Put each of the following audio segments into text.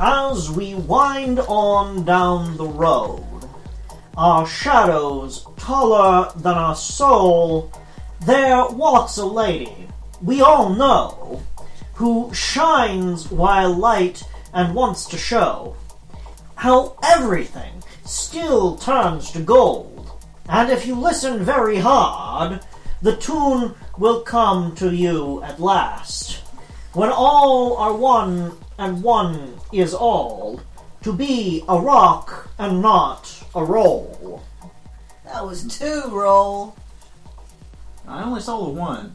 as we wind on down the road, our shadows taller than our soul, there walks a lady we all know who shines while light and wants to show how everything still turns to gold. And if you listen very hard, the tune will come to you at last. When all are one and one is all, to be a rock and not a roll. That was two roll. I only saw the one.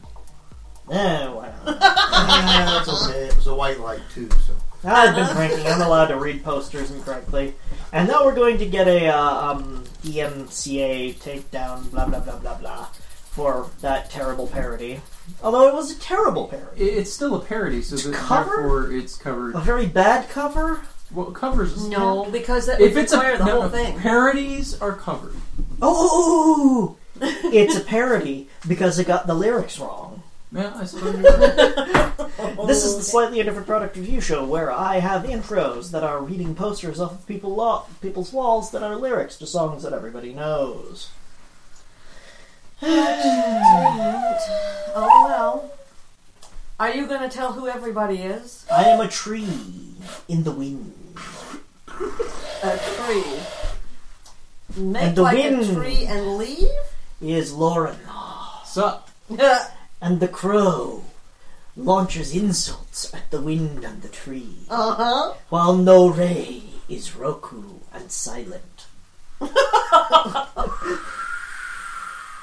Eh, whatever. Ah, that's okay. It was a white light too, so I've been drinking. I'm allowed to read posters incorrectly. And now we're going to get a uh, um, EMCA takedown, blah, blah, blah, blah, blah, for that terrible parody. Although it was a terrible I- parody. It's still a parody, so It's Oh. that- covered? therefore it's covered. A very bad cover? Well, covers. No, because that If would it's a require the no, whole thing. parodies are covered. Oh! it's a parody because it got the lyrics wrong. Yeah, I suppose. you're right. This is the slightly different product review show where I have intros that are reading posters off of people lo- people's walls that are lyrics to songs that everybody knows. Oh well. Are you going to tell who everybody is? I am a tree in the wind. A tree. Make And the like a wind. tree and leave? Is Lauren Sup? and the crow launches insults at the wind and the tree, uh-huh. while no ray is Roku and silent.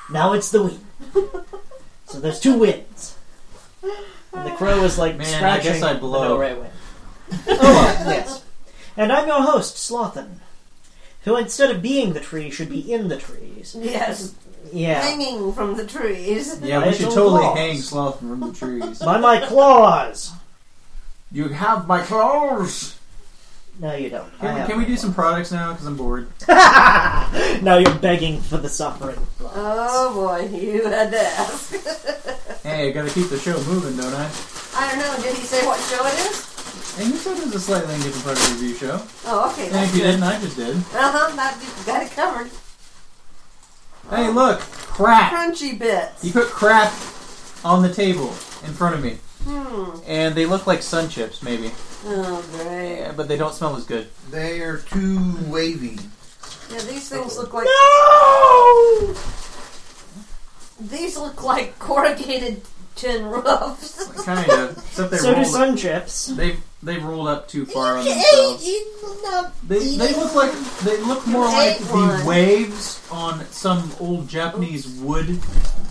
now it's the wind. So there's two winds. And the crow is like Man, I scratching guess I the blow. no ray wind. Oh, well, yes. And I'm your host, Slothin, who instead of being the tree should be in the trees. Yes. Yeah. Hanging from the trees. Yeah, we Idle should totally claws. hang sloth from the trees. By my claws! you have my claws. No, you don't. I Can, have can we my do some products now? Because I'm bored. Now you're begging for the suffering. Uh, Oh boy, you had to ask. Hey, I gotta keep the show moving, don't I? I don't know, did he say what show it is? And you said it was a slightly different product review show. Oh, okay. And that's if you good. didn't, I just did. Uh-huh, that, got it covered. Hey, look, crap. Crunchy bits. You put crap on the table in front of me, and they look like sun chips, maybe, Hmm. Oh, great. Yeah, but they don't smell as good. they are too wavy. Yeah, these things look like No! these look like corrugated tin roofs. Kind of, except they So do rolled. sun chips. They they rolled up too far on themselves. They, they look like they look more You like ate the one. waves on some old Japanese wood.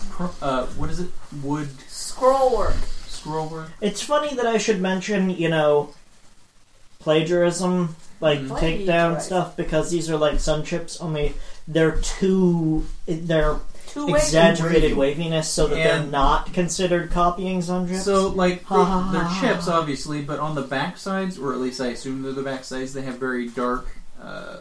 pr- Uh, what is it? Wood Scroll work. scroller. It's funny that I should mention, you know, plagiarism, like Mm-hmm. Mhm. takedown Plagiarism. stuff, because these are like sun chips, only they're too. They're Two ways. exaggerated Wavy. waviness so that And- they're not considered copying sun chips. So like they, Ah. they're chips, obviously, but on the back sides, or at least I assume they're the back sides, they have very dark, uh,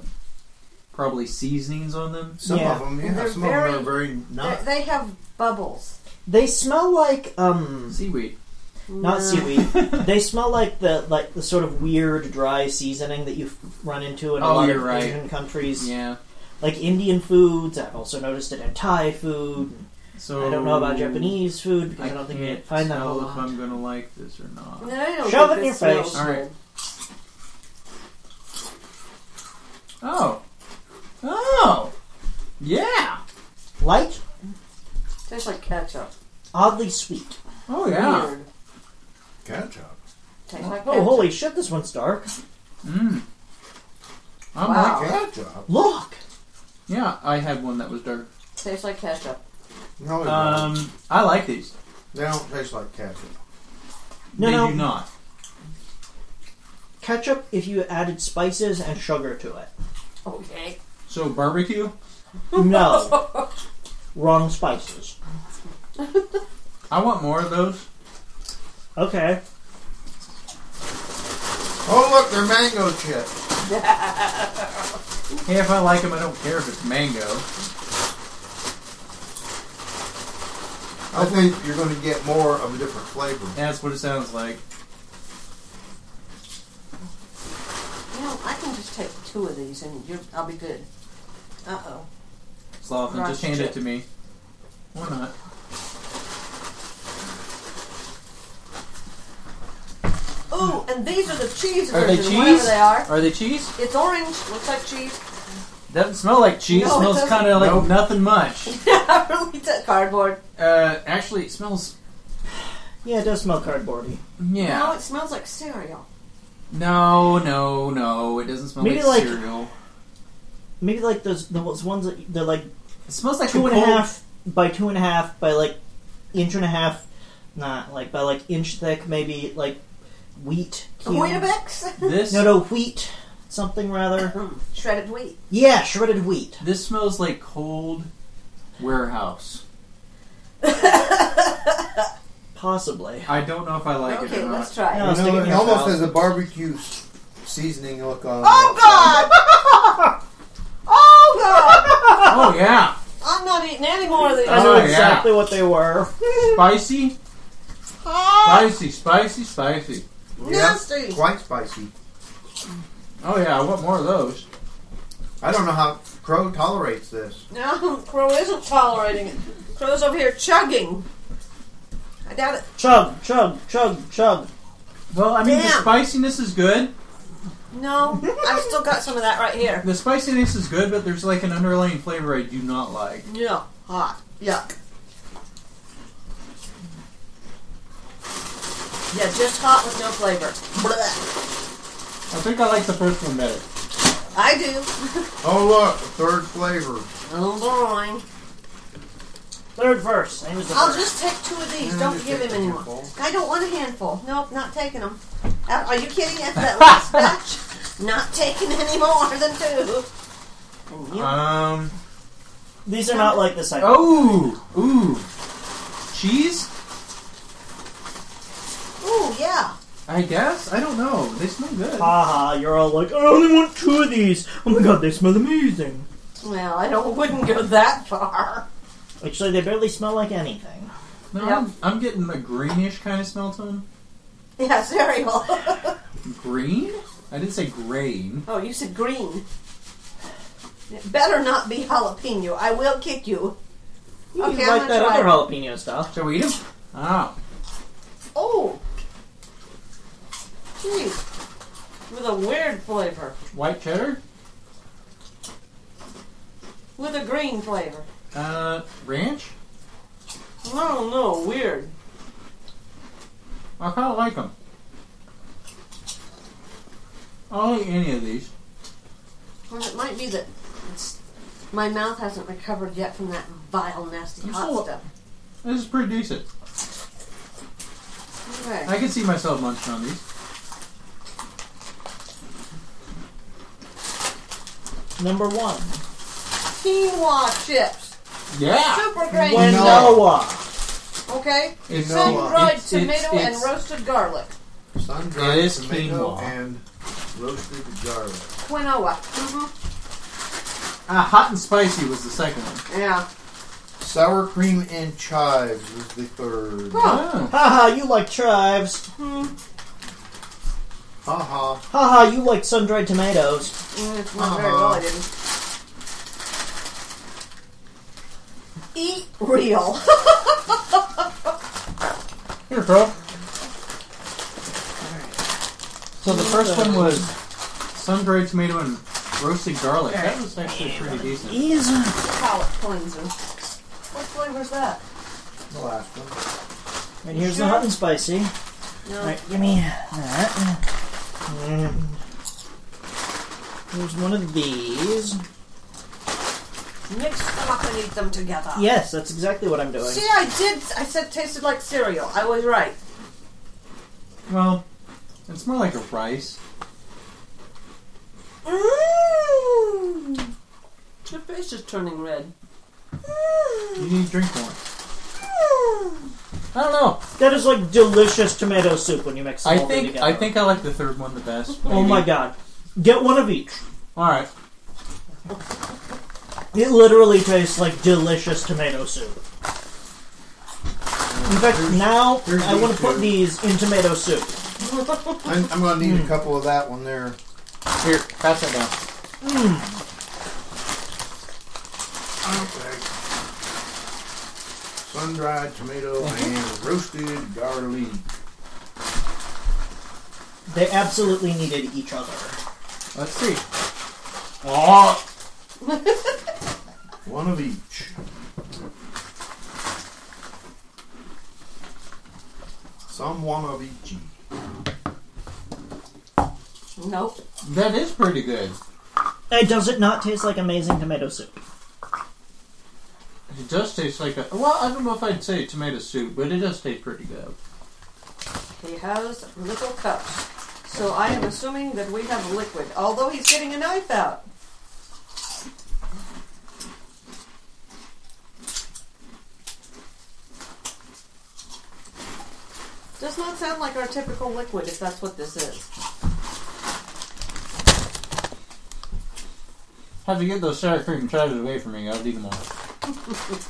probably seasonings on them. Some Yeah. of them, And yeah, they're some very- of them are very They, not. they have bubbles. they smell like um Seaweed. not seaweed. they smell like the like the sort of weird dry seasoning that you f- run into in a Oh, lot you're of right. Asian countries. Yeah. like Indian foods. I've also noticed it in Thai food. So I don't know about Japanese food because I, don't think you Oh. can't find that a tell whole if lot. I'm gonna like this or not. No, I don't Shove think it in this your face. smells All right. good. Oh. Oh. Yeah. Light, Tastes like ketchup. oddly sweet. Oh yeah. Weird. Ketchup. Tastes like ketchup. Oh, holy shit! This one's dark. Mmm. I'm Wow. like it. Ketchup. Look, Yeah, I had one that was dark. Tastes like ketchup. Oh, No, they don't. Um, I like these. they don't taste like ketchup. No, they no. do not. ketchup. If you added spices and sugar to it, Okay. So barbecue. no, wrong spices. I want more of those. Okay, Oh look, they're mango chips. Hey, if I like them, I don't care if it's mango. I think you're going to get more of a different flavor. That's what it sounds like. two of these, and you're, I'll be good. Uh oh. Sloth, just hand it to me. Why not? Ooh, and these are the cheese Are they version, whatever cheese? they are. Are they cheese? It's orange, looks like cheese. Doesn't smell like cheese. No, it smells doesn't. kind of like Nope. nothing much. really took cardboard. Uh, actually, it smells. Yeah, it does smell cardboardy. Now Yeah. it smells like cereal. No, no, no. It doesn't smell Maybe like, like- cereal. Maybe like those those ones that they're like It smells like two a and a cold- half by two and a half by like inch and a half, not like by like inch thick, maybe like wheat. cubes. Weetabix? This No, no, wheat something rather. Shredded wheat. Yeah, shredded wheat. this smells like cold warehouse. Possibly. I don't know if I like it okay, or not. let's try it. No. You know, sticking it your almost mouth. has a barbecue s- seasoning look on Oh it. god! oh god! Oh yeah, I'm not eating any more of these. I know Oh, yeah. exactly what they were. spicy, Ah, spicy, spicy, spicy. Nasty! Quite spicy. Oh yeah, I want more of those. I don't know how Crow tolerates this. No, Crow isn't tolerating it. Crow's over here chugging. I doubt it. Chug, chug, chug, chug. Well, I mean the Damn. spiciness is good. No, I've still got some of that right here. The spiciness is good, but there's like an underlying flavor I do not like. Yeah, hot. Yuck. Yeah, just hot with no flavor. Blech. I think I like the first one better. I do. Oh look, a third flavor. Oh, boy. Third verse. Same as the I'll first. just take two of these. Yeah, don't just give take him a any more. handful. I don't want a handful. Nope, not taking them. Uh, Are you kidding? After that last batch, not taking any more than two. And you, Um. These are not like the second. Oh. Ooh. Cheese? ooh, yeah. I guess. I don't know. They smell good. Uh, Haha, you're all like, I only want two of these. Oh my god, they smell amazing. Well, I don't. Wouldn't go that far. Actually, they barely smell like anything. No, Yep. I'm, I'm getting a greenish kind of smell to them. Yeah, cereal. Green? I didn't say grain. oh, you said green. It better not be jalapeno. I will kick you. You Okay, I'm like gonna that try other it. jalapeno stuff. Shall we eat them? Ah. Oh, geez, with a weird flavor, White cheddar? with a green flavor. Uh, ranch? No, no, weird. I kind of like them. I'll eat any of these. Well, it might be that it's, my mouth hasn't recovered yet from that vile, nasty I'm hot still- stuff. This is pretty decent. Okay. I can see myself munching on these. Number one. Quinoa chips. Yeah. Super great. When- Quinoa. Okay. It's know Sun what? dried It's- tomato it's- and it's- roasted garlic. Sun It dried is tomato quinoa. and roasted garlic. Quinoa. Mm-hmm. Ah, hot and spicy was the second one. Yeah. Sour cream and chives was the third. Huh. Ah. Haha, you like chives. Hmm. Haha. Uh-huh. Haha, you like sun dried tomatoes. Mm, it's not very well. Uh-huh. I didn't. Eat real. Here, bro. So the first one was sun dried tomato and roasted garlic. That was actually pretty decent. Is. Palate cleanser. What flavor's that? The last one. And here's the hot and spicy. No. Alright, give me that. Mm. Here's one of these. Mix them up and eat them together. Yes, that's exactly what I'm doing. See, I did. I said tasted like cereal. I was right. Well, it's more like a rice. Mmm. Your face is turning red. You need to drink more. I don't know. That is like delicious tomato soup when you mix them I all think together. I think I like the third one the best. Oh my god. Get one of each. All right. It literally tastes like delicious tomato soup. In fact, now here's I want these to put two. these in tomato soup. Hmm. I'm, I'm going to need a couple of that one there. Here, pass that down. Okay. Sun-dried tomato Mm-hmm. and roasted garlic. They absolutely needed each other. Let's see. Oh. Ah! One of each. Some one of each. Nope. That is pretty good. It Uh, does it not taste like amazing tomato soup? It does taste like a. Well, I don't know if I'd say tomato soup, but it does taste pretty good. He has little cups. So I am assuming that we have liquid, although he's getting a knife out. Does not sound like our typical liquid if that's what this is. Have to get those sour cream and chowders away from me. I'll eat them all.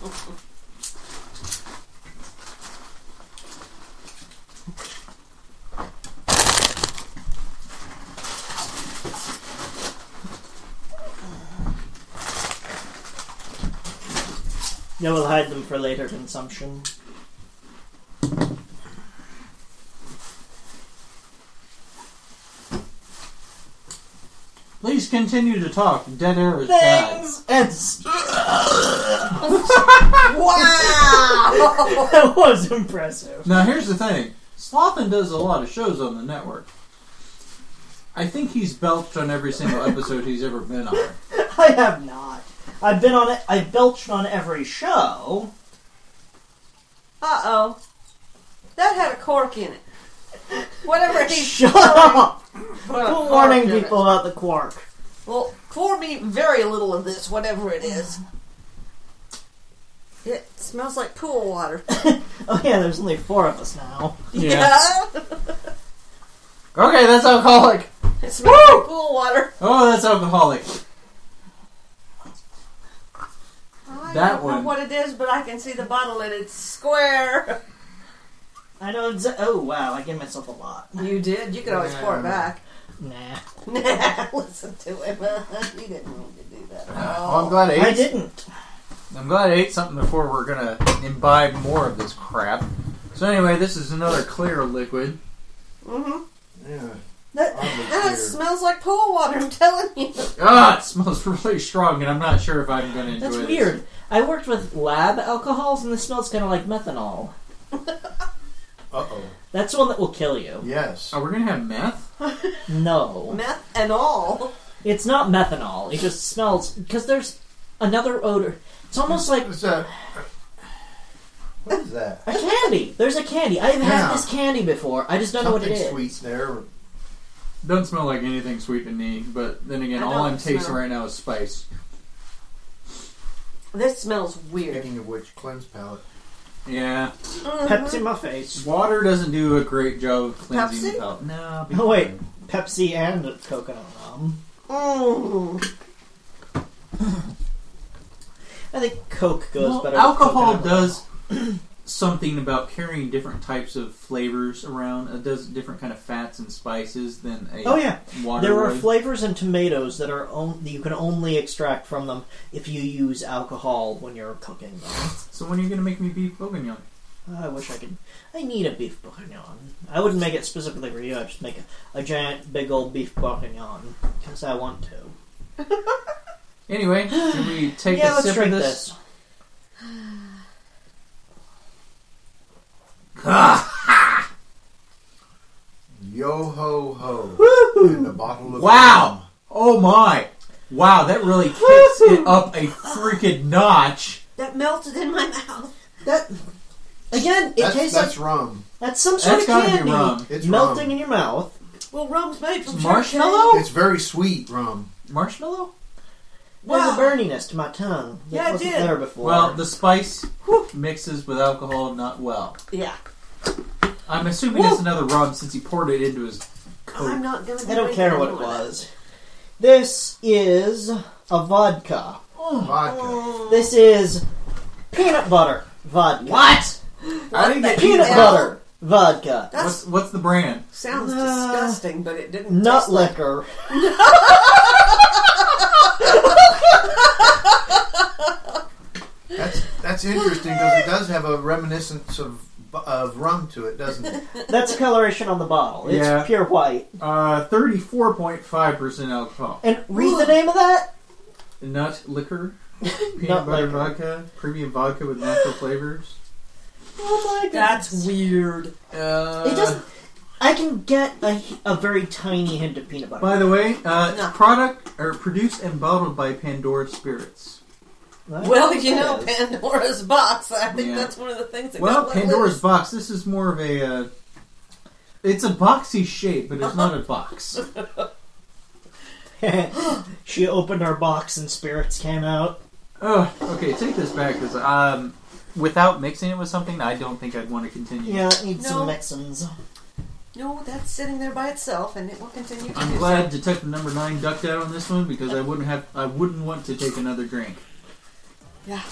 Yeah, we'll hide them for later consumption. Please continue to talk. Dead air is bad. Things and stuff. Wow! That was impressive. Now, here's the thing Slothin does a lot of shows on the network. I think he's belched on every single episode he's ever been on. I have not. I've been on it. I belched on every show. Uh oh. That had a cork in it. Whatever he Shut up! put a We're cork warning in it. people about the quark. Well, pour me very little of this, whatever it is. It smells like pool water. Oh yeah, there's only four of us now. Yeah? Okay, that's alcoholic. It smells like pool water. Oh, that's alcoholic. I That don't one. know what it is, but I can see the bottle and it's square. I know. Exa- oh wow, I give myself a lot. You did. You could always pour it back. Nah, Nah, listen to him. you didn't mean to do that. at all. Well, I'm glad I ate. I didn't. I'm glad I ate something before we're gonna imbibe more of this crap. So anyway, this is another clear liquid. Mhm. Yeah. That, oddly that clear. smells like pool water. I'm telling you. Ah, it smells really strong, and I'm not sure if I'm gonna enjoy That's this. weird. I worked with lab alcohols, and this smells kind of like methanol. Uh-oh. That's one that will kill you. Yes. Oh, we're gonna have meth? No, Meth and all. it's not methanol. It just smells because there's another odor. It's almost like What's that? What is that? a candy. There's a candy. I've Yeah. had this candy before. I just don't know what it Something is. sweet there. Doesn't smell like anything sweet to me, but then again, I all know I'm it tasting smells- right now is spice. This smells weird. Speaking of which, cleanse palate. Yeah, Pepsi in my face. water doesn't do a great job of cleansing Pepsi? the palate. No, I'll be Oh wait, fine. Pepsi and coconut rum. Mm. I think Coke goes Well, better. with alcohol coconut rum. does something about carrying different types of flavors around. It does different kind of fats and spices than a Oh yeah, water there are would. flavors in tomatoes that are on- that you can only extract from them if you use alcohol when you're cooking them. So when are you gonna make me beef bourguignon? I wish I could. I need a beef bourguignon. I wouldn't make it specifically for you. I just make a, a giant, big old beef bourguignon because I want to. Anyway, should we take yeah, a let's sip drink of this. this? Yo ho ho. And a bottle of Wow! Oh my! Wow, that really kicks it up a freaking notch. That melted in my mouth. That again, it That's, tastes that's like rum. that's some sort That's of gotta candy be rum. It's melting rum. in your mouth. Well, rum's made from Oh. Marshmallow? It's very sweet rum. Marshmallow? There's Wow. a burniness to my tongue. that Yeah, it wasn't did. there before. Well, the spice mixes with alcohol not well. Sugarcane. Yeah. I'm assuming it's another rum since he poured it into his I'm coat. not gonna. I do don't care anything what it with was. This is a vodka. Vodka. This is peanut butter vodka. What? I didn't the get Peanut hell? butter vodka. That What's, what's the brand? sounds Uh, disgusting, but it didn't. Nut taste like- liquor. That's that's interesting because it does have a reminiscence of of rum to it, doesn't it? That's the coloration on the bottle. It's Yeah. pure white. Uh, 34.5% alcohol. And read the Ooh. name of that? Nut liquor, peanut Nut butter liquor. vodka, premium vodka with natural flavors. Oh my god. That's weird. Uh, It doesn't. I can get a, a very tiny hint of peanut butter. By the way, uh, No. product or produced and bottled by Pandora Spirits. Right? Well, you know, Yes. Pandora's box. I think Yeah. that's one of the things that Well, got let Pandora's loose. box. This is more of a. Uh, it's a boxy shape, but it's not a box. she opened our box and spirits came out. Oh, okay. Take this back because um, without mixing it with something, I don't think I'd want to continue. Yeah, it needs No. some mixins. No, that's sitting there by itself, and it will continue. to I'm do glad Detective Number Nine ducked out on this one because I wouldn't have. I wouldn't want to take another drink. Yeah.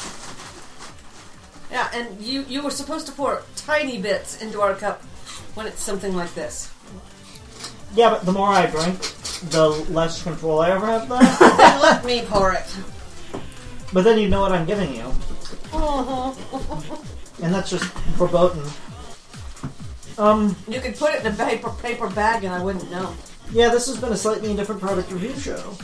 Yeah, and you you were supposed to pour tiny bits into our cup when it's something like this. Yeah, but the more I drink, the less control I ever have left. Then let me pour it. but then you know what I'm giving you. you And that's just verboten. Um, could put it in a paper paper bag, and I wouldn't know. yeah, this has been a slightly different product review show.